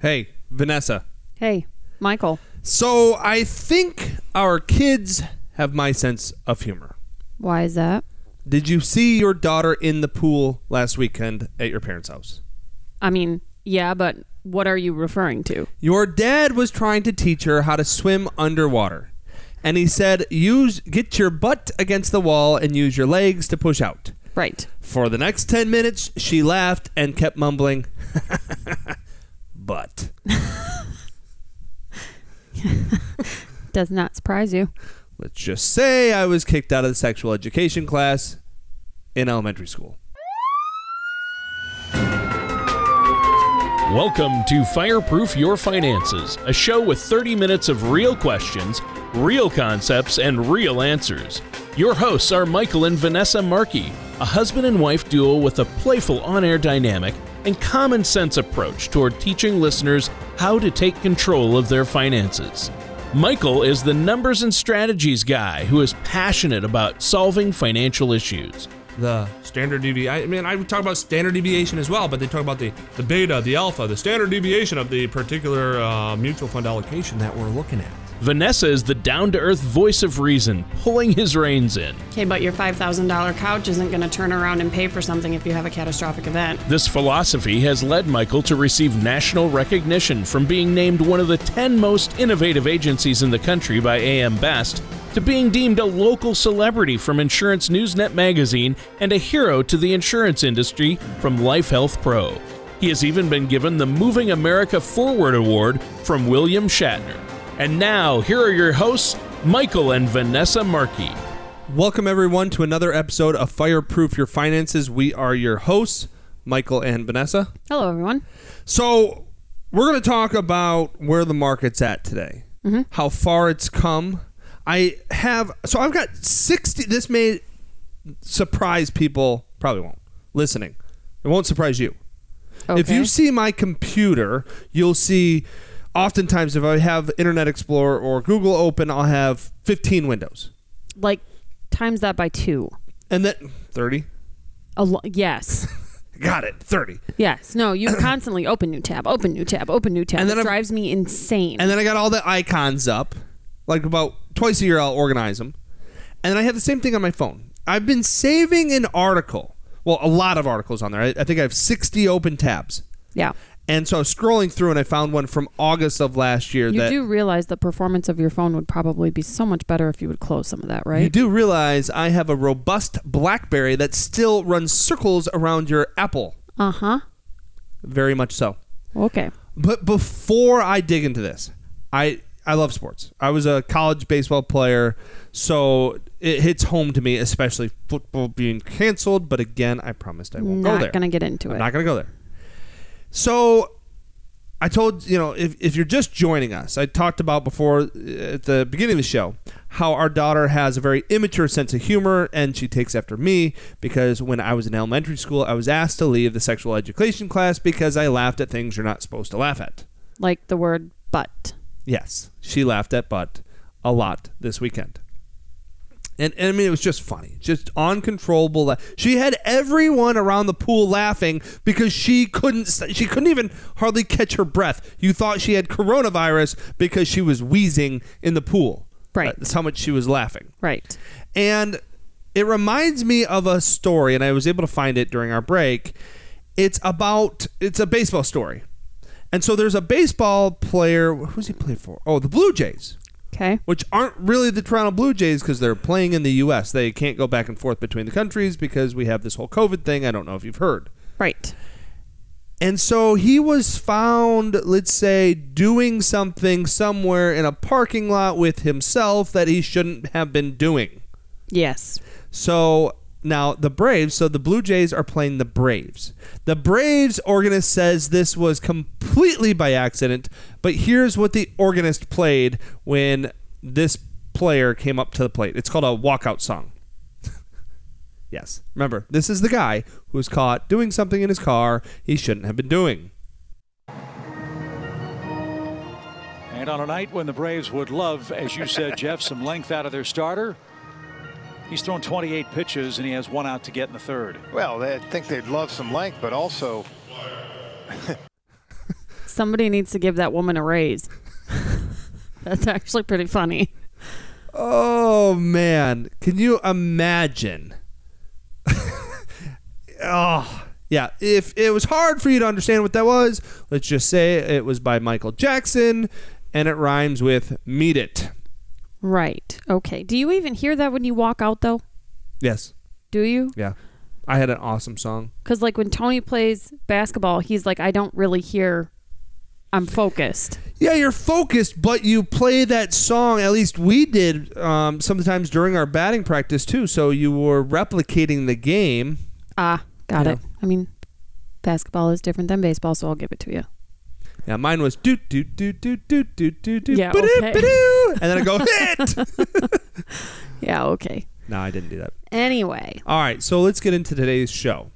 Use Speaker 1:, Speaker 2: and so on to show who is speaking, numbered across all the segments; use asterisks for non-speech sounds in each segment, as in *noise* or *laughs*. Speaker 1: Hey, Vanessa.
Speaker 2: Hey, Michael.
Speaker 1: So I think our kids have my sense of humor.
Speaker 2: Why is that?
Speaker 1: Did you see your daughter in the pool last weekend at your parents' house?
Speaker 2: I mean, yeah, but what are you referring to?
Speaker 1: Your dad was trying to teach her how to swim underwater. And he said, "Use get your butt against the wall and use your legs to push out."
Speaker 2: Right.
Speaker 1: For the next 10 minutes, she laughed and kept mumbling, *laughs* "But."
Speaker 2: Does not surprise you.
Speaker 1: Let's just say I was kicked out of the sexual education class in elementary school.
Speaker 3: Welcome to Fireproof Your Finances, a show with 30 minutes of real questions, real concepts, and real answers. Your hosts are Michael and Vanessa Markey, a husband and wife duo with a playful on air dynamic and common sense approach toward teaching listeners how to take control of their finances. Michael is the numbers and strategies guy who is passionate about solving financial issues.
Speaker 4: the standard deviation. I mean, I would talk about standard deviation as well, but they talk about the, the beta, the alpha, the standard deviation of the particular uh, mutual fund allocation that we're looking at.
Speaker 3: Vanessa is the down to earth voice of reason, pulling his reins in.
Speaker 5: Okay, but your $5,000 couch isn't going to turn around and pay for something if you have a catastrophic event.
Speaker 3: This philosophy has led Michael to receive national recognition from being named one of the 10 most innovative agencies in the country by AM Best to being deemed a local celebrity from Insurance Newsnet magazine and a hero to the insurance industry from Life Health Pro. He has even been given the Moving America Forward Award from William Shatner. And now, here are your hosts, Michael and Vanessa Markey.
Speaker 1: Welcome, everyone, to another episode of Fireproof Your Finances. We are your hosts, Michael and Vanessa.
Speaker 2: Hello, everyone.
Speaker 1: So, we're going to talk about where the market's at today, how far it's come. I have, so I've got 60, this may surprise people, probably won't, listening. It won't surprise you. If you
Speaker 2: Okay.
Speaker 1: see my computer, you'll see oftentimes if I have Internet Explorer or Google open, I'll have 15 windows.
Speaker 2: Like, times that by two.
Speaker 1: And then 30.
Speaker 2: A lo- yes.
Speaker 5: *laughs*
Speaker 1: Got it. 30.
Speaker 2: Yes. No, you *coughs* constantly open new tab, open new tab, open new tab.
Speaker 1: And
Speaker 2: And
Speaker 1: then
Speaker 2: it
Speaker 1: I'm-
Speaker 2: drives me insane.
Speaker 1: And then I got all the icons up. Like about twice a year, I'll organize them. And then I have the same thing on my phone. I've been saving an article. Well, a lot of articles on there. I, I think I have 60 open tabs.
Speaker 2: yeah.
Speaker 1: And so I was scrolling through and I found one from August of last year
Speaker 2: You
Speaker 1: that
Speaker 2: do realize the performance of your phone would probably be so much better if you would close some of that,
Speaker 1: you
Speaker 2: right?
Speaker 1: do realize I have a robust Blackberry that still runs circles around your Apple.
Speaker 5: Mm-hmm.
Speaker 2: Uh huh.
Speaker 1: Very much so.
Speaker 2: Okay.
Speaker 1: But before I dig into this, I I love sports. I was a college baseball player, so it hits home to me, especially football being canceled. But again, I promised I won't go
Speaker 2: Not
Speaker 1: there.
Speaker 2: gonna get into
Speaker 1: I'm
Speaker 2: it.
Speaker 1: Not gonna go there. So. I told you know if, if you're just joining us, I talked about before uh, at the beginning of the show how our daughter has a very immature sense of humor and she takes after me because when I was in elementary school, I was asked to leave the sexual education class because I laughed at things you're not supposed to laugh at.
Speaker 2: Like the word but.
Speaker 1: Yes, she laughed at butt a lot this weekend. And, and I mean, it was just funny, just uncontrollable. La- she had everyone around the pool laughing because she couldn't. s- She couldn't even hardly catch her breath. You thought she had coronavirus because she was wheezing in the pool.
Speaker 2: Right.
Speaker 1: That's how much she was laughing.
Speaker 2: Right.
Speaker 1: And it reminds me of a story, and I was able to find it during our break. It's about it's a baseball story. And so there's a baseball player who's he played for? Oh, the Blue Jays.
Speaker 2: Okay.
Speaker 1: Which aren't really the Toronto Blue Jays because they're playing in the US. They can't go back and forth between the countries because we have this whole COVID thing. I don't know if you've heard.
Speaker 2: Right.
Speaker 1: And so he was found, let's say, doing something somewhere in a parking lot with himself that he shouldn't have been doing.
Speaker 2: Yes.
Speaker 1: So now the Braves, so the Blue Jays are playing the Braves. The Braves organist says this was completely by accident, but here's what the organist played when this player came up to the plate. It's called a walkout song. *laughs* yes. Remember, this is the guy who was caught doing something in his car he shouldn't have been doing.
Speaker 6: And on a night when the Braves would love, as you said, Jeff, some length out of their starter, he's thrown 28 pitches and he has one out to get in the third.
Speaker 7: Well, they- I think they'd love some length, but also
Speaker 2: Somebody needs to give that woman a raise. *laughs* That's actually pretty funny.
Speaker 1: Oh man, can you imagine? *laughs* oh yeah, if it was hard for you to understand what that was, let's just say it was by Michael Jackson, and it rhymes with "Meet It."
Speaker 2: Right. Okay. Do you even hear that when you walk out though?
Speaker 1: Yes,
Speaker 2: Do you?
Speaker 1: yeah, I had an awesome song.
Speaker 2: Because like when Tony plays basketball, he's like, I don't really hear. I'm focused.
Speaker 1: Yeah, you're focused, but you play that song. At least we did um, sometimes during our batting practice too. So you were replicating the game.
Speaker 2: Ah, got it. I mean, basketball is different than baseball, so I'll give it to you.
Speaker 1: Yeah, mine was do do do do do do do do.
Speaker 2: Yeah,
Speaker 1: ba-do,
Speaker 2: okay.
Speaker 1: ba-do, and then I
Speaker 2: *laughs*
Speaker 1: go hit.
Speaker 2: Yeah. Okay.
Speaker 1: no, I didn't do that.
Speaker 2: Anyway.
Speaker 1: All right, so let's get into today's show.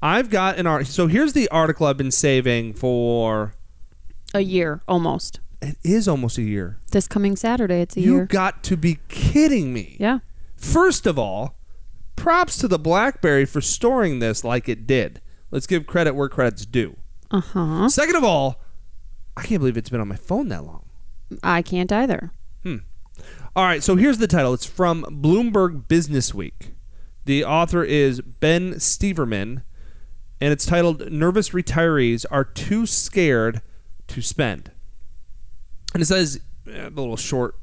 Speaker 1: I've got an art. So here's the article I've been saving for.
Speaker 2: a year almost.
Speaker 1: It is almost a year.
Speaker 2: This coming Saturday, it's a
Speaker 1: You
Speaker 2: year.
Speaker 1: got to be kidding me.
Speaker 2: yeah.
Speaker 1: First of all, props to the BlackBerry for storing this like it did. Let's give credit where credit's due.
Speaker 2: Uh huh.
Speaker 1: Second of all, I can't believe it's been on my phone that long.
Speaker 2: I can't either.
Speaker 1: All right, so here's the title. It's from Bloomberg Business Week. The author is Ben Steverman, and it's titled Nervous Retirees Are Too Scared to Spend. And it says, eh, a little short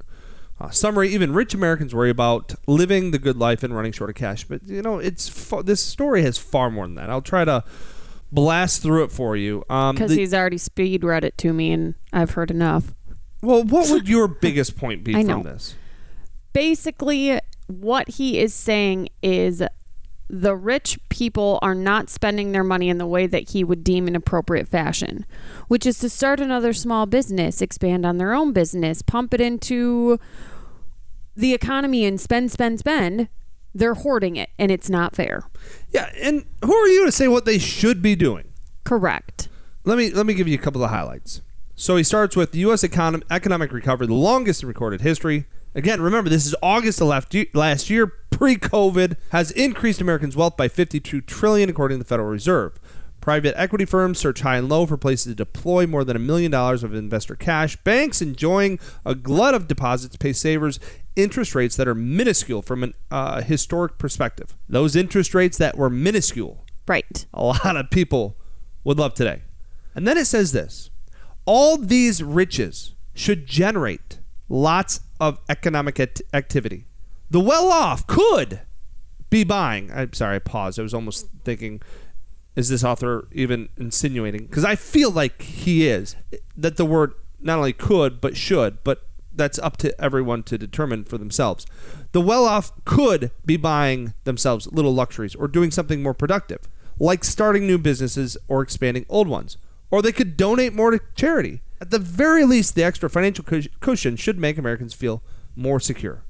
Speaker 1: uh, summary, even rich Americans worry about living the good life and running short of cash. But, you know, it's fa- this story has far more than that. I'll try to blast through it for you. Um,
Speaker 2: Because
Speaker 1: the-
Speaker 2: he's already speed read it to me and I've heard enough.
Speaker 1: well, what
Speaker 2: *laughs*
Speaker 1: would your biggest point be
Speaker 2: I
Speaker 1: from
Speaker 2: know.
Speaker 1: this?
Speaker 2: Basically, what he is saying is the rich people are not spending their money in the way that he would deem an appropriate fashion, which is to start another small business, expand on their own business, pump it into the economy and spend, spend, spend. They're hoarding it and it's not fair.
Speaker 1: Yeah, and who are you to say what they should be doing?
Speaker 2: Correct.
Speaker 1: Let me let me give you a couple of highlights. So he starts with the U.S. Econom- economic recovery, the longest in recorded history. Again, remember this is August of last year, last year, pre-COVID, has increased Americans' wealth by 52 trillion, according to the Federal Reserve. Private equity firms search high and low for places to deploy more than a million dollars of investor cash. Banks enjoying a glut of deposits pay savers interest rates that are minuscule from an uh, historic perspective. Those interest rates that were minuscule
Speaker 2: Right.
Speaker 1: a lot of people would love today. And then it says this all these riches should generate lots of economic act- activity. The well off could be buying. I'm sorry, I paused. I was almost thinking, is this author even insinuating? Because I feel like he is. That the word not only could, but should, but that's up to everyone to determine for themselves. The well off could be buying themselves little luxuries or doing something more productive, like starting new businesses or expanding old ones. Or they could donate more to charity. At the very least, the extra financial cush- cushion should make Americans feel more secure.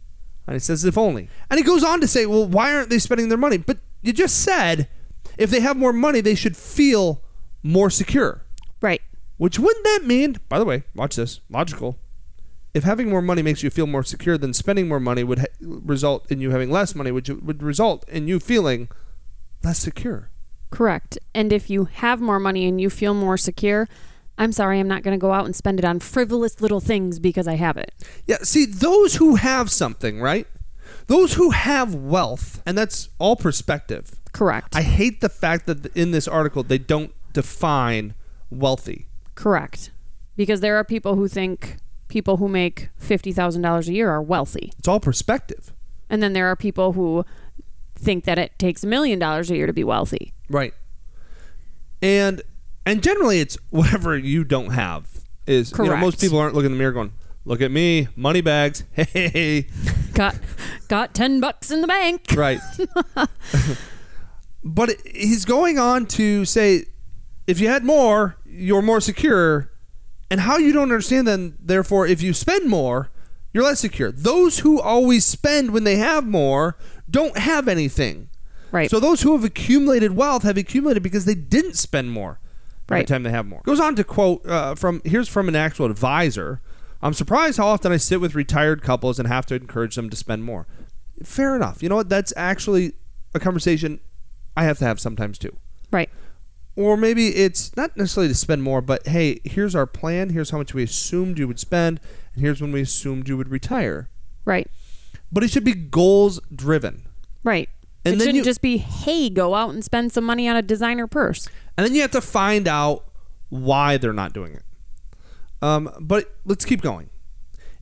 Speaker 1: And he says, if only. And he goes on to say, well, why aren't they spending their money? But you just said if they have more money, they should feel more secure.
Speaker 2: Right.
Speaker 1: Which wouldn't that mean, by the way, watch this, logical. If having more money makes you feel more secure, then spending more money would ha- result in you having less money, which would result in you feeling less secure.
Speaker 2: Correct. And if you have more money and you feel more secure, I'm sorry, I'm not going to go out and spend it on frivolous little things because I have it.
Speaker 1: Yeah, see, those who have something, right? Those who have wealth, and that's all perspective.
Speaker 2: Correct.
Speaker 1: I hate the fact that in this article they don't define wealthy.
Speaker 2: Correct. Because there are people who think people who make $50,000 a year are wealthy.
Speaker 1: It's all perspective.
Speaker 2: And then there are people who think that it takes a million dollars a year to be wealthy.
Speaker 1: Right. And and generally it's whatever you don't have is you know,
Speaker 2: Correct.
Speaker 1: most people aren't looking in the mirror going, Look at me, money bags, *laughs* hey.
Speaker 2: Got got 10 bucks in the bank. *laughs*
Speaker 1: Right. but he's going on to say if you had more, you're more secure. And how you don't understand then, therefore, if you spend more, you're less secure. Those who always spend when they have more don't have anything.
Speaker 2: Right.
Speaker 1: So those who have accumulated wealth have accumulated because they didn't spend more every
Speaker 2: Right.
Speaker 1: time they have more. Goes on to quote uh, from here's from an actual advisor. I'm surprised how often I sit with retired couples and have to encourage them to spend more. Fair enough. You know what? That's actually a conversation I have to have sometimes too
Speaker 2: Right.
Speaker 1: or maybe it's not necessarily to spend more, but hey, here's our plan. Here's how much we assumed you would spend, and here's when we assumed you would retire.
Speaker 2: Right.
Speaker 1: But it should be goals driven.
Speaker 2: Right.
Speaker 1: And
Speaker 2: it
Speaker 1: then
Speaker 2: shouldn't
Speaker 1: you-
Speaker 2: just be, hey, go out and spend some money on a designer purse.
Speaker 1: and then you have to find out why they're not doing it. Um, but let's keep going.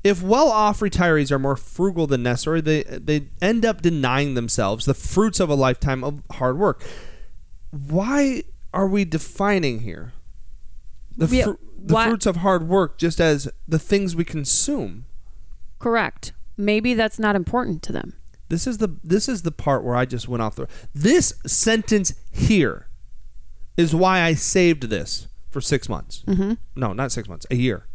Speaker 1: If well-off retirees are more frugal than necessary, they they end up denying themselves the fruits of a lifetime of hard work. Why are we defining here the,
Speaker 2: Yeah,
Speaker 1: fru- the
Speaker 2: why-
Speaker 1: fruits of hard work just as the things we consume?
Speaker 2: Correct. Maybe that's not important to them.
Speaker 1: This is the this is the part where I just went off the. This sentence here is why I saved this for six months. Mm-hmm. No, not six months, a year.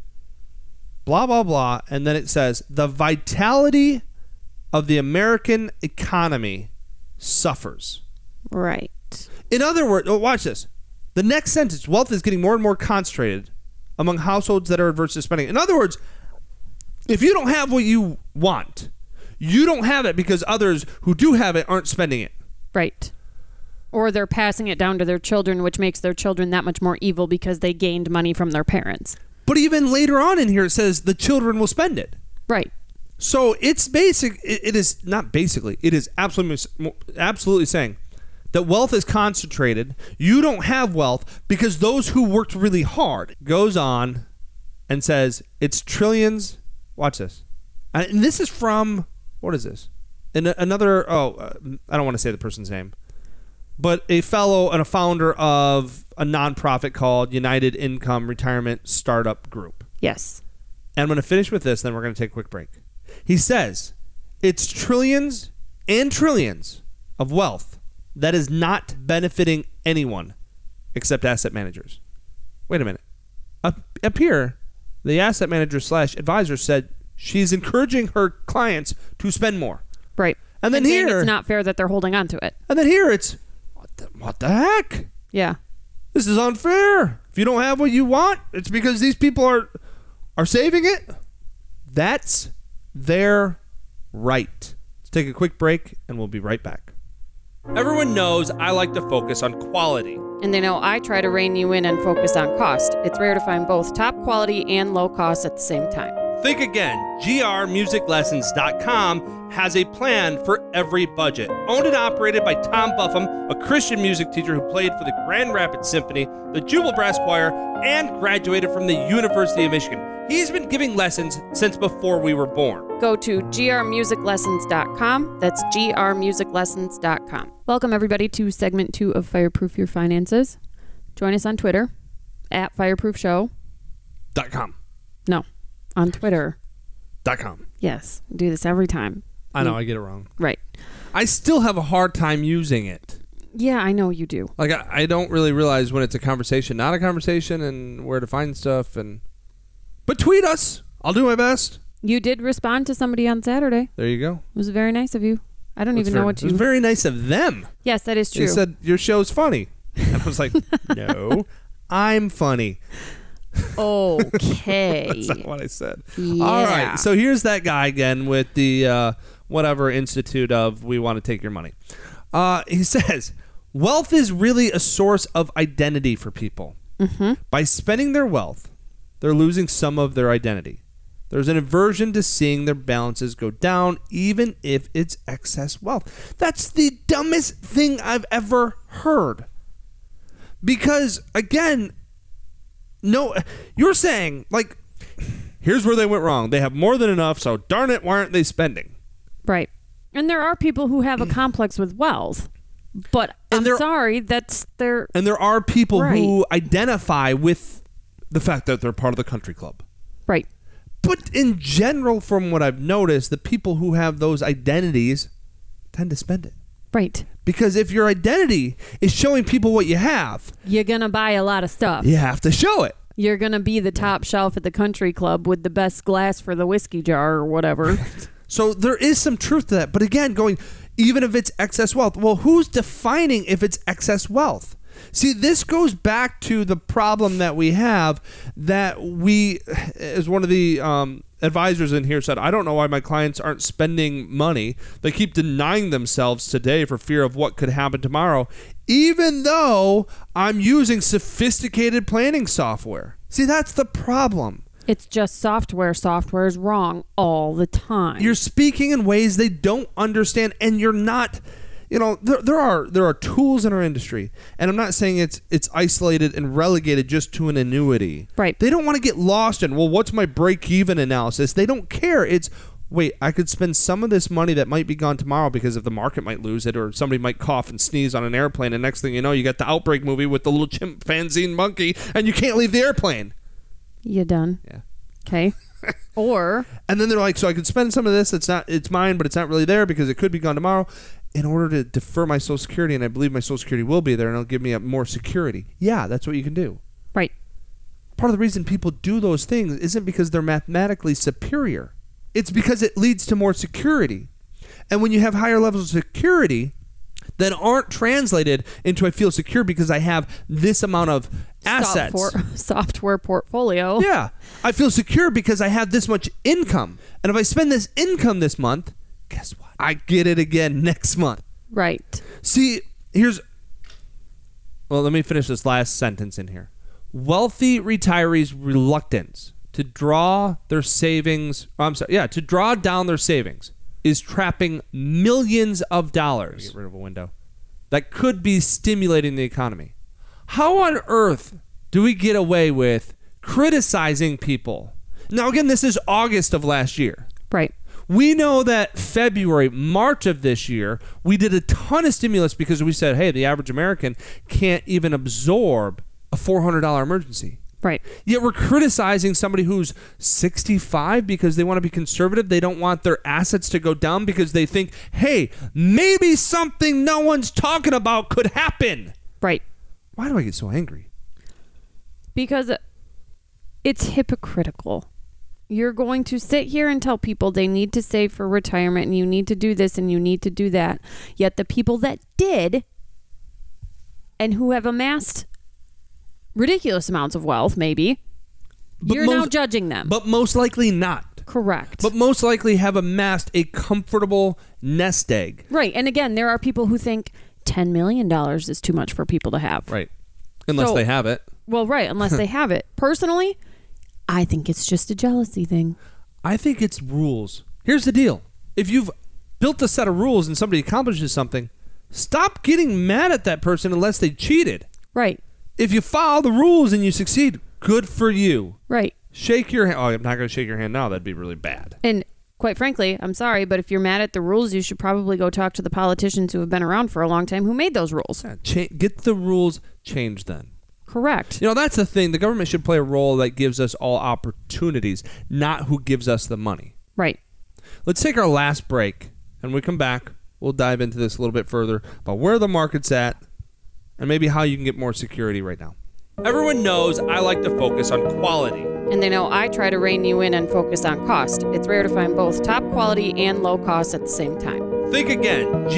Speaker 1: Blah blah blah, and then it says the vitality of the American economy suffers.
Speaker 2: Right.
Speaker 1: In other words, oh, watch this. The next sentence: wealth is getting more and more concentrated among households that are adverse to spending. In other words, if you don't have what you want, you don't have it because others who do have it aren't spending it.
Speaker 2: Right. Or they're passing it down to their children, which makes their children that much more evil because they gained money from their parents.
Speaker 1: But even later on in here, it says the children will spend it.
Speaker 2: Right.
Speaker 1: So it's basic. It, it is not basically. It is absolutely absolutely saying that wealth is concentrated. You don't have wealth because those who worked really hard goes on and says it's trillions. Watch this, and this is from what is this? And a- another. Oh, uh, I don't want to say the person's name, but a fellow and a founder of a nonprofit called United Income Retirement Startup Group.
Speaker 2: Yes.
Speaker 1: And I'm going to finish with this, then we're going to take a quick break. He says, It's trillions and trillions of wealth that is not benefiting anyone except asset managers. Wait a minute. Up, up here, the asset manager slash advisor said she's encouraging her clients to spend more.
Speaker 2: Right.
Speaker 1: And then
Speaker 2: saying
Speaker 1: here-
Speaker 2: it's not fair that they're holding on to it.
Speaker 1: And then here it's, What the, what the heck?
Speaker 2: Yeah.
Speaker 1: This is unfair. If you don't have what you want, it's because these people are are saving it. That's their right. Let's take a quick break and we'll be right back. Everyone knows I like to focus on quality.
Speaker 2: And they know I try to rein you in and focus on cost. It's rare to find both top quality and low cost at the same time.
Speaker 1: Think again. grmusiclessons.com has a plan for every budget. Owned and operated by Tom Buffum, a Christian music teacher who played for the Grand Rapids Symphony, the Jubal Brass Choir, and graduated from the University of Michigan. He's been giving lessons since before we were born.
Speaker 2: Go to grmusiclessons.com. That's grmusiclessons.com. Welcome, everybody, to segment two of Fireproof Your Finances. Join us on Twitter at Fireproof Show.
Speaker 1: Dot com.
Speaker 2: No, on Twitter.
Speaker 1: Dot com.
Speaker 2: Yes, do this every time.
Speaker 1: I know I get it wrong.
Speaker 2: Right.
Speaker 1: I still have a hard time using it.
Speaker 2: Yeah, I know you do.
Speaker 1: Like I, I don't really realize when it's a conversation, not a conversation, and where to find stuff. And but tweet us. I'll do my best.
Speaker 2: You did respond to somebody on Saturday.
Speaker 1: There you go.
Speaker 2: It was very nice of you. I don't
Speaker 1: That's
Speaker 2: even
Speaker 1: very-
Speaker 2: know what
Speaker 1: It was
Speaker 2: you.
Speaker 1: very nice of them.
Speaker 2: yes, that is true.
Speaker 1: They said *laughs* your show's funny, and I was *laughs* like, no, I'm funny.
Speaker 2: okay.
Speaker 1: That's not what I said.
Speaker 2: Yeah.
Speaker 1: All right. So here's that guy again with the uh, whatever institute of we want to take your money. Uh, he *laughs* says wealth is really a source of identity for people. By spending their wealth, they're losing some of their identity. There's an aversion to seeing their balances go down, even if it's excess wealth. That's the dumbest thing I've ever heard. Because, again, no, you're saying, like, here's where they went wrong. They have more than enough, so darn it, why aren't they spending?
Speaker 2: right. And there are people
Speaker 1: *clears throat*
Speaker 2: who have a complex with wealth, but
Speaker 1: And
Speaker 2: I'm
Speaker 1: there-
Speaker 2: sorry, that's their
Speaker 1: And there are people who
Speaker 2: Right.
Speaker 1: identify with the fact that they're part of the country club.
Speaker 2: right.
Speaker 1: But in general, from what I've noticed, the people who have those identities tend to spend it.
Speaker 2: Right.
Speaker 1: Because if your identity is showing people what you have,
Speaker 2: You're gonna buy a lot of stuff.
Speaker 1: you have to show it.
Speaker 2: You're gonna be the top shelf at the country club with the best glass for the whiskey jar or
Speaker 1: *laughs*
Speaker 2: whatever.
Speaker 1: So there is some truth to that. But again, going even if it's excess wealth, well, who's defining if it's excess wealth? See, this goes back to the problem that we have that we, as one of the um, advisors in here said, I don't know why my clients aren't spending money. They keep denying themselves today for fear of what could happen tomorrow, even though I'm using sophisticated planning software. See, that's the problem.
Speaker 2: It's just software. Software is wrong all the time.
Speaker 1: You're speaking in ways they don't understand, and you're not. You know, there, there are there are tools in our industry, and I'm not saying it's it's isolated and relegated just to an annuity.
Speaker 2: Right.
Speaker 1: They don't want to get lost in well, what's my break even analysis? They don't care. It's wait, I could spend some of this money that might be gone tomorrow because if the market might lose it or somebody might cough and sneeze on an airplane, and next thing you know, you got the outbreak movie with the little chimpanzee and monkey, and you can't leave the airplane.
Speaker 2: You done?
Speaker 1: Yeah. *laughs*
Speaker 2: Okay. or
Speaker 1: And then they're like, so I could spend some of this. It's not, it's mine, but it's not really there because it could be gone tomorrow. In order to defer my Social Security, and I believe my Social Security will be there, and it'll give me a more security. Yeah, that's what you can do.
Speaker 2: right.
Speaker 1: Part of the reason people do those things isn't because they're mathematically superior. It's because it leads to more security. And when you have higher levels of security that aren't translated into I feel secure because I have this amount of assets.
Speaker 2: Software, *laughs* software portfolio.
Speaker 1: Yeah. I feel secure because I have this much income. And if I spend this income this month, guess what? I get it again next month.
Speaker 2: Right.
Speaker 1: See, here's. Well, let me finish this last sentence in here. Wealthy retirees' reluctance to draw their savings. oh, I'm sorry. Yeah, to draw down their savings is trapping millions of dollars. Get rid of a window. That could be stimulating the economy. How on earth do we get away with criticizing people? Now, again, this is August of last year.
Speaker 2: Right.
Speaker 1: We know that February, March of this year, we did a ton of stimulus because we said, hey, the average American can't even absorb a $400 emergency.
Speaker 2: Right.
Speaker 1: Yet we're criticizing somebody who's 65 because they want to be conservative. They don't want their assets to go down because they think, hey, maybe something no one's talking about could happen.
Speaker 2: Right.
Speaker 1: Why do I get so angry?
Speaker 2: Because it's hypocritical. You're going to sit here and tell people they need to save for retirement and you need to do this and you need to do that. Yet the people that did and who have amassed ridiculous amounts of wealth, maybe, you're now
Speaker 1: most-
Speaker 2: judging them.
Speaker 1: But most likely not.
Speaker 2: Correct.
Speaker 1: But most likely have amassed a comfortable nest egg.
Speaker 2: Right. And again, there are people who think $10 million is too much for people to have.
Speaker 1: Right. Unless
Speaker 2: So-
Speaker 1: they have it.
Speaker 2: Well, right, unless they have it. Personally, I think it's just a jealousy thing.
Speaker 1: I think it's rules. Here's the deal. If you've built a set of rules and somebody accomplishes something, stop getting mad at that person unless they cheated.
Speaker 2: Right.
Speaker 1: If you follow the rules and you succeed, good for you.
Speaker 2: Right.
Speaker 1: Shake your hand. Oh, I'm not going to shake your hand now. That'd be really bad.
Speaker 2: And quite frankly, I'm sorry, but if you're mad at the rules, you should probably go talk to the politicians who have been around for a long time who made those rules.
Speaker 1: Cha- get the rules changed then.
Speaker 2: Correct.
Speaker 1: You know, that's the thing. The government should play a role that gives us all opportunities, not who gives us the money.
Speaker 2: Right.
Speaker 1: Let's take our last break, and when we come back, we'll dive into this a little bit further about where the market's at and maybe how you can get more security right now. Everyone knows I like to focus on quality.
Speaker 2: And they know I try to rein you in and focus on cost. It's rare to find both top quality and low cost at the same time.
Speaker 1: Think again.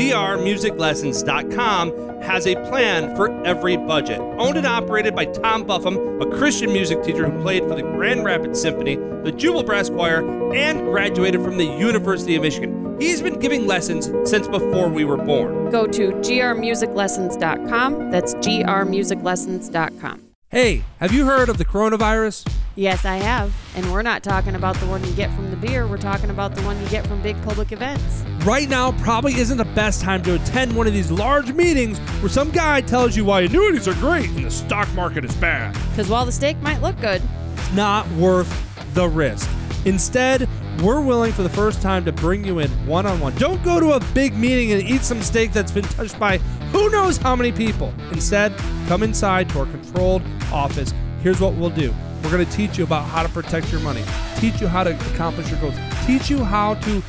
Speaker 1: GRMusicLessons.com has a plan for every budget. Owned and operated by Tom Buffum, a Christian music teacher who played for the Grand Rapids Symphony, the Jubal Brass Choir, and graduated from the University of Michigan. He's been giving lessons since before we were born.
Speaker 2: Go to grmusiclessons.com. That's grmusiclessons.com.
Speaker 1: Hey, have you heard of the coronavirus?
Speaker 2: Yes, I have. And we're not talking about the one you get from the beer, we're talking about the one you get from big public events.
Speaker 1: Right now probably isn't the best time to attend one of these large meetings where some guy tells you why annuities are great and the stock market is bad.
Speaker 2: Because while the steak might look good,
Speaker 1: It's not worth the risk. Instead, we're willing for the first time to bring you in one on one. Don't go to a big meeting and eat some steak that's been touched by who knows how many people. Instead, come inside to our controlled office. Here's what we'll do we're going to teach you about how to protect your money, teach you how to accomplish your goals, teach you how to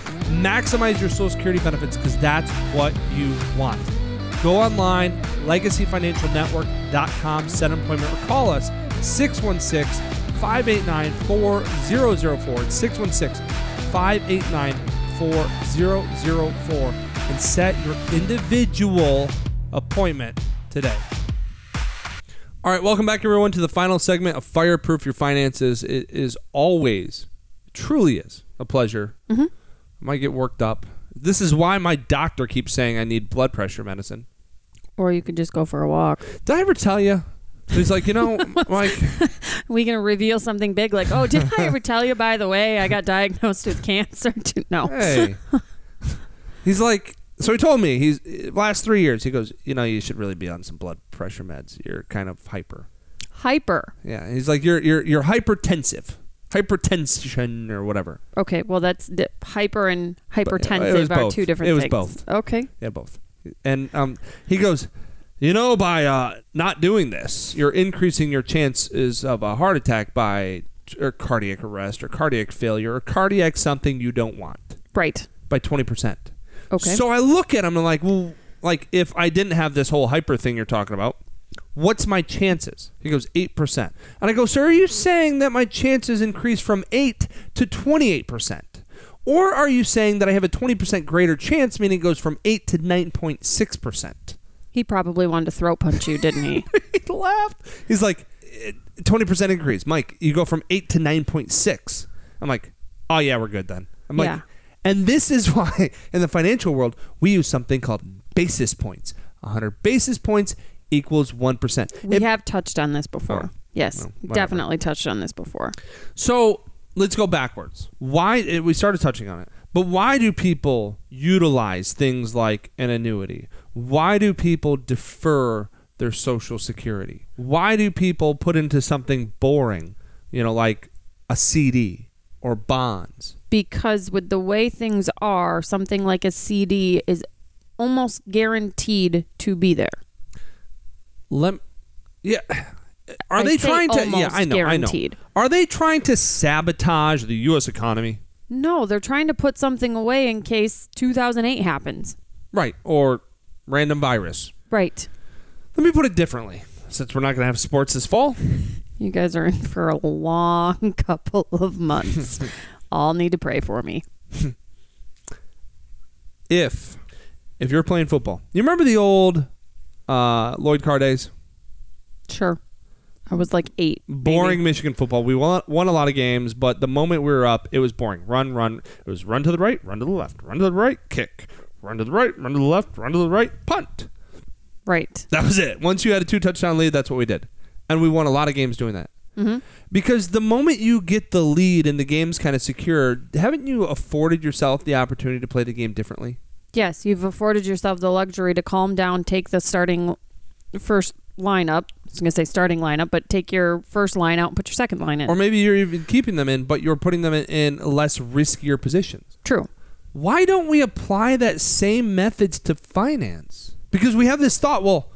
Speaker 1: maximize your Social Security benefits because that's what you want. Go online, legacyfinancialnetwork.com, set an appointment, or call us 616 589 4004. It's 616 589 4004 and set your individual appointment today. All right, welcome back, everyone, to the final segment of Fireproof Your Finances. It is always truly is a pleasure. I might get worked up. This is why my doctor keeps saying I need blood pressure medicine.
Speaker 2: Or you could just go for a walk.
Speaker 1: Did I ever tell you? He's like, you know, Mike.
Speaker 2: we gonna reveal something big like, oh, did I ever tell you? By the way, I got diagnosed with cancer. *laughs* no.
Speaker 1: Hey. he's like, so he told me he's last three years. He goes, you know, you should really be on some blood pressure meds. You're kind of hyper.
Speaker 2: Hyper.
Speaker 1: Yeah, he's like, you're you're you're hypertensive, hypertension or whatever.
Speaker 2: Okay, well that's di- hyper and hypertensive
Speaker 1: it was
Speaker 2: are
Speaker 1: both.
Speaker 2: two different
Speaker 1: It was
Speaker 2: things.
Speaker 1: both.
Speaker 2: Okay.
Speaker 1: Yeah, both. And um, he goes, you know, by uh, not doing this, you're increasing your chances of a heart attack by or cardiac arrest or cardiac failure or cardiac something you don't want.
Speaker 2: Right.
Speaker 1: by 20%.
Speaker 2: Okay.
Speaker 1: So I look at him and I'm like, well, like if I didn't have this whole hyper thing you're talking about, what's my chances? He goes, 8%. And I go, so are you saying that my chances increase from 8 to 28%? Or are you saying that I have a 20% greater chance, meaning it goes from 8 to 9.6%?
Speaker 2: He probably wanted to throat punch you,
Speaker 1: *laughs*
Speaker 2: didn't he?
Speaker 1: he laughed. He's like, "Eh, twenty percent increase, Mike. You go from eight to nine point six. I'm like, oh yeah, we're good then. I'm
Speaker 2: Yeah.
Speaker 1: like, and this is *laughs* why in the financial world we use something called basis points. hundred basis points equals one percent.
Speaker 2: we have touched on this before.
Speaker 1: Oh,
Speaker 2: yes,
Speaker 1: well, whatever.
Speaker 2: definitely touched on this before.
Speaker 1: So let's go backwards. Why eh, we started touching on it, but why do people utilize things like an annuity? Why do people defer their social security? Why do people put into something boring, you know, like a CD or bonds?
Speaker 2: Because with the way things are, something like a CD is almost guaranteed to be there.
Speaker 1: Lem- yeah. *sighs* Are
Speaker 2: I
Speaker 1: they
Speaker 2: say
Speaker 1: trying to? Yeah,
Speaker 2: almost
Speaker 1: I know. I
Speaker 2: guaranteed.
Speaker 1: know. Are they trying to sabotage the U.S. economy?
Speaker 2: No, they're trying to put something away in case 2008 happens.
Speaker 1: Right, or random virus?
Speaker 2: Right.
Speaker 1: Let me put it differently. Since we're not going to have sports this fall,
Speaker 2: You guys are in for a long *laughs* couple of *laughs* months. All need to pray for me.
Speaker 1: if if you're playing football, you remember the old uh, Lloyd Carr days?
Speaker 2: Sure. I was like eight.
Speaker 1: Boring Michigan football. We won, won a lot of games, but the moment we were up, it was boring. Run, run. It was run to the right, run to the left, run to the right, kick, run to the right, run to the left, run to the right, punt.
Speaker 2: Right.
Speaker 1: That was it. Once you had a two touchdown lead, that's what we did. And we won a lot of games doing that. Mm-hmm. Because the moment you get the lead and the game's kind of secured, haven't you afforded yourself the opportunity to play the game differently?
Speaker 2: Yes, you've afforded yourself the luxury to calm down, take the starting first lineup. I was going to say starting lineup, but take your first line out and put your second line in.
Speaker 1: or maybe you're even keeping them in, but you're putting them in, in less riskier positions.
Speaker 2: True.
Speaker 1: Why don't we apply that same methods to finance? Because we have this thought, well,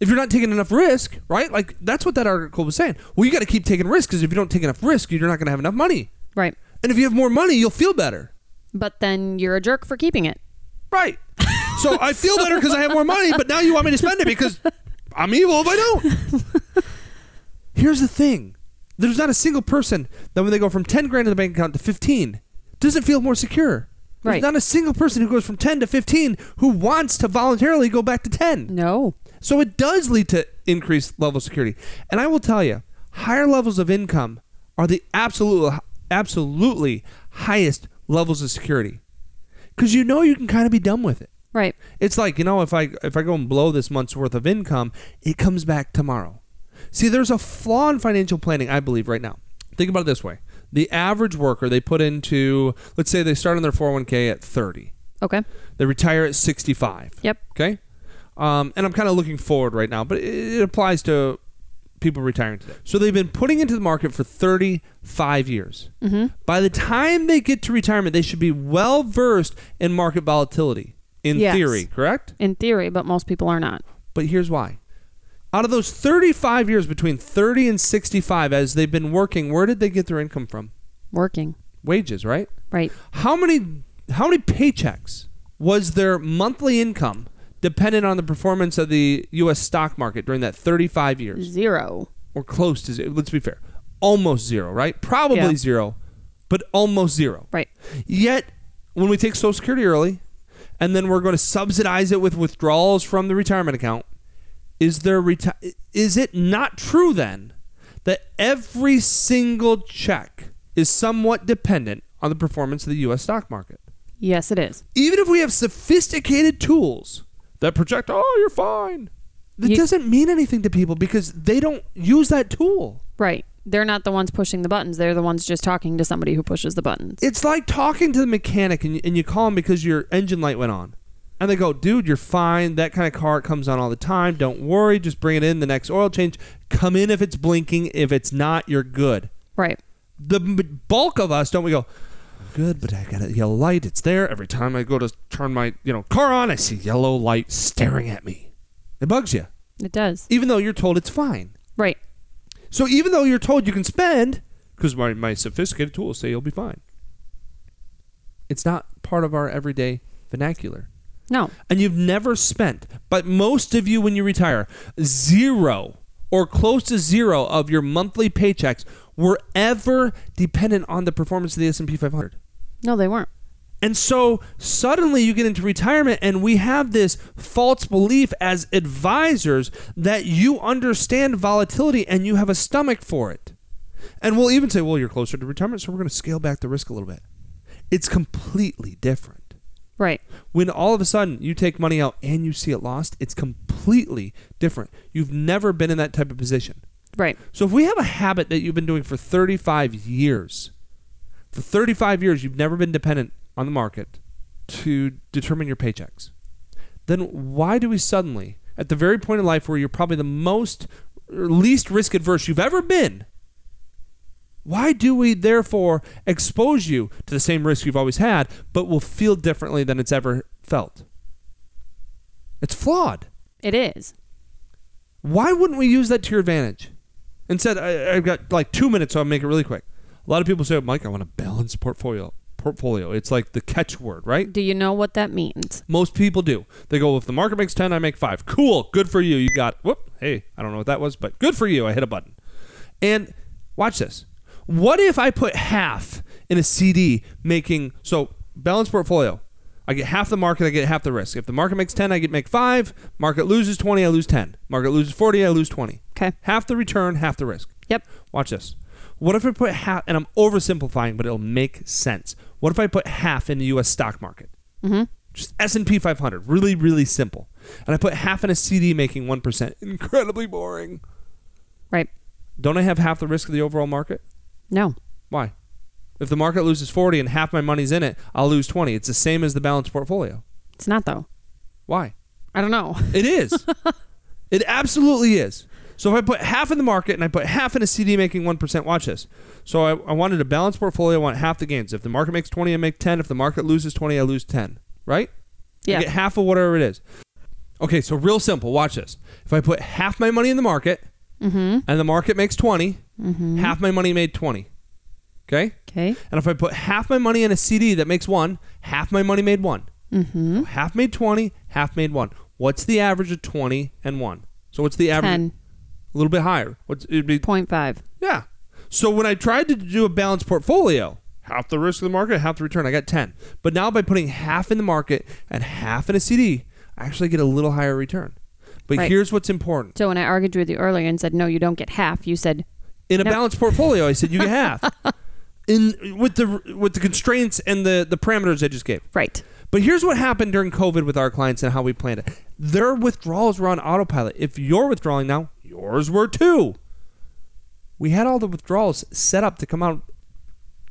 Speaker 1: if you're not taking enough risk, right? Like that's what that article was saying. Well, you got to keep taking risks because if you don't take enough risk, you're not going to have enough money.
Speaker 2: Right.
Speaker 1: And if you have more money, you'll feel better.
Speaker 2: But then you're a jerk for keeping it.
Speaker 1: Right. So I feel better because I have more money, but now you want me to spend it because I'm evil if I don't. Here's the thing there's not a single person that when they go from 10 grand in the bank account to 15 doesn't feel more secure. There's
Speaker 2: Right.
Speaker 1: not a single person who goes from 10 to 15 who wants to voluntarily go back to 10.
Speaker 2: No.
Speaker 1: So it does lead to increased level of security. And I will tell you, higher levels of income are the absolute, absolutely highest levels of security because you know you can kind of be dumb with it.
Speaker 2: Right.
Speaker 1: It's like you know if I if I go and blow this month's worth of income, it comes back tomorrow. See, there's a flaw in financial planning, I believe, right now. Think about it this way: the average worker they put into, let's say they start on their 401k at 30,
Speaker 2: Okay.
Speaker 1: they retire at 65.
Speaker 2: Yep.
Speaker 1: Okay. Um, and I'm kind of looking forward right now, but it, it applies to people retiring today. So they've been putting into the market for 35 years. By the time they get to retirement, they should be well versed in market volatility, in
Speaker 2: Yes.
Speaker 1: theory, correct?
Speaker 2: In theory, but most people are not.
Speaker 1: But here's why. Out of those 35 years between 30 and 65, as they've been working, where did they get their income from?
Speaker 2: Working.
Speaker 1: Wages, right?
Speaker 2: Right.
Speaker 1: How many how many paychecks was their monthly income dependent on the performance of the U.S. stock market during that 35 years,
Speaker 2: Zero.
Speaker 1: or close to zero? Let's be fair, almost zero, right? Probably
Speaker 2: Yeah.
Speaker 1: zero, but almost zero.
Speaker 2: Right.
Speaker 1: Yet, when we take Social Security early, and then we're going to subsidize it with withdrawals from the retirement account, is there reti- Is it not true then that every single check is somewhat dependent on the performance of the U.S. stock market.
Speaker 2: Yes, it is.
Speaker 1: Even if we have sophisticated tools that project, oh, you're fine, that
Speaker 2: You-
Speaker 1: doesn't mean anything to people because they don't use that tool.
Speaker 2: Right. They're not the ones pushing the buttons. They're the ones just talking to somebody who pushes the buttons.
Speaker 1: It's like talking to the mechanic and you, and you call him because your engine light went on. And they go, dude, you're fine. That kind of car comes on all the time. Don't worry. Just bring it in the next oil change. Come in if it's blinking. If it's not, you're good.
Speaker 2: right.
Speaker 1: the m- bulk of us don't we go good but i got a yellow light it's there every time i go to turn my you know car on i see yellow light staring at me it bugs you
Speaker 2: It does.
Speaker 1: even though you're told it's fine
Speaker 2: Right.
Speaker 1: so even though you're told you can spend because my, my sophisticated tools say you'll be fine it's not part of our everyday vernacular
Speaker 2: No.
Speaker 1: and you've never spent, but most of you when you retire, zero or close to zero of your monthly paychecks were ever dependent on the performance of the S&P 500.
Speaker 2: No, they weren't.
Speaker 1: And so suddenly you get into retirement, and we have this false belief as advisors that you understand volatility and you have a stomach for it. And we'll even say, well, you're closer to retirement, so we're going to scale back the risk a little bit. It's completely different
Speaker 2: Right.
Speaker 1: when all of a sudden you take money out and you see it lost, it's completely different. You've never been in that type of position.
Speaker 2: Right.
Speaker 1: So if we have a habit that you've been doing for 35 years, for 35 years you've never been dependent on the market to determine your paychecks, then why do we suddenly, at the very point in life where you're probably the most or least risk adverse you've ever been, why do we therefore expose you to the same risk you've always had, but will feel differently than it's ever felt? It's flawed
Speaker 2: It is.
Speaker 1: why wouldn't we use that to your advantage? Instead, I, I've got like two minutes, so I'll make it really quick. A lot of people say, "Oh, Mike, I want a balanced portfolio. Portfolio. It's like the catchword, right?
Speaker 2: Do you know what that means?
Speaker 1: Most people do. They go, if the market makes 10, I make 5. Cool. Good for you. You got, whoop. Hey, I don't know what that was, but good for you. I hit a button. And watch this. What if I put half in a CD making, so balanced portfolio. I get half the market, I get half the risk. If the market makes 10, I get make 5. Market loses 20, I lose 10. Market loses 40, I lose 20.
Speaker 2: Okay.
Speaker 1: Half the return, half the risk.
Speaker 2: Yep.
Speaker 1: Watch this. What if I put half, and I'm oversimplifying, but it'll make sense. What if I put half in the U.S. stock market? Mm-hmm. Just S&P 500, really, really simple. And I put half in a CD making 1%. Incredibly boring.
Speaker 2: Right.
Speaker 1: Don't I have half the risk of the overall market?
Speaker 2: No.
Speaker 1: Why? If the market loses 40 and half my money's in it, I'll lose 20. It's the same as the balanced portfolio.
Speaker 2: It's not though.
Speaker 1: Why?
Speaker 2: I don't know. *laughs*
Speaker 1: It is. it absolutely is. So if I put half in the market and I put half in a CD making 1%, watch this. So I, I wanted a balanced portfolio. I want half the gains. If the market makes 20, I make 10. If the market loses 20, I lose 10. Right? I
Speaker 2: Yeah.
Speaker 1: get half of whatever it is. Okay, so real simple. Watch this. If I put half my money in the market and the market makes 20, half my money made 20. Okay?
Speaker 2: Okay.
Speaker 1: And if I put half my money in a CD that makes one, half my money made one. Mm-hmm. half made 20, half made one. What's the average of 20 and one? So what's the average?
Speaker 2: 10.
Speaker 1: A little bit higher. What's, it'd be,
Speaker 2: Point five.
Speaker 1: yeah. So when I tried to do a balanced portfolio, half the risk of the market, half the return, I got 10. But now by putting half in the market and half in a CD, I actually get a little higher return. But
Speaker 2: Right.
Speaker 1: here's what's important.
Speaker 2: So when I argued with you earlier and said no, you don't get half, you said
Speaker 1: in a
Speaker 2: No.
Speaker 1: balanced portfolio. I said you get half in with the with the constraints and the the parameters I just gave.
Speaker 2: right.
Speaker 1: But here's what happened during COVID with our clients and how we planned it. Their withdrawals were on autopilot. If you're withdrawing now, yours were too. We had all the withdrawals set up to come out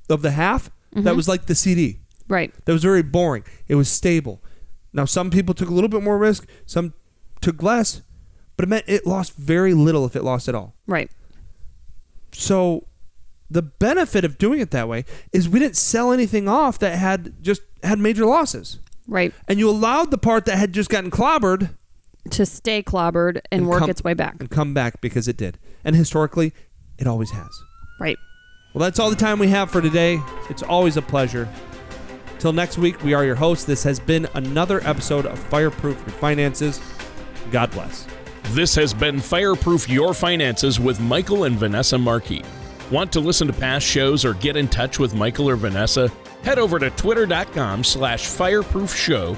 Speaker 1: of the half that was like the CD.
Speaker 2: Right.
Speaker 1: That was very boring. It was stable. Now some people took a little bit more risk, some took less, but it meant it lost very little if it lost at all.
Speaker 2: Right.
Speaker 1: So the benefit of doing it that way is we didn't sell anything off that had just had major losses.
Speaker 2: Right.
Speaker 1: And you allowed the part that had just gotten clobbered
Speaker 2: To stay clobbered and, work
Speaker 1: come-
Speaker 2: its way back.
Speaker 1: And come back because it did. And historically, it always has.
Speaker 2: Right.
Speaker 1: Well, that's all the time we have for today. It's always a pleasure. Till next week, we are your hosts. This has been another episode of Fireproof Your Finances. God bless.
Speaker 3: This has been Fireproof Your Finances with Michael and Vanessa Markey. Want to listen to past shows or get in touch with Michael or Vanessa? Head over to twitter.com slash fireproof show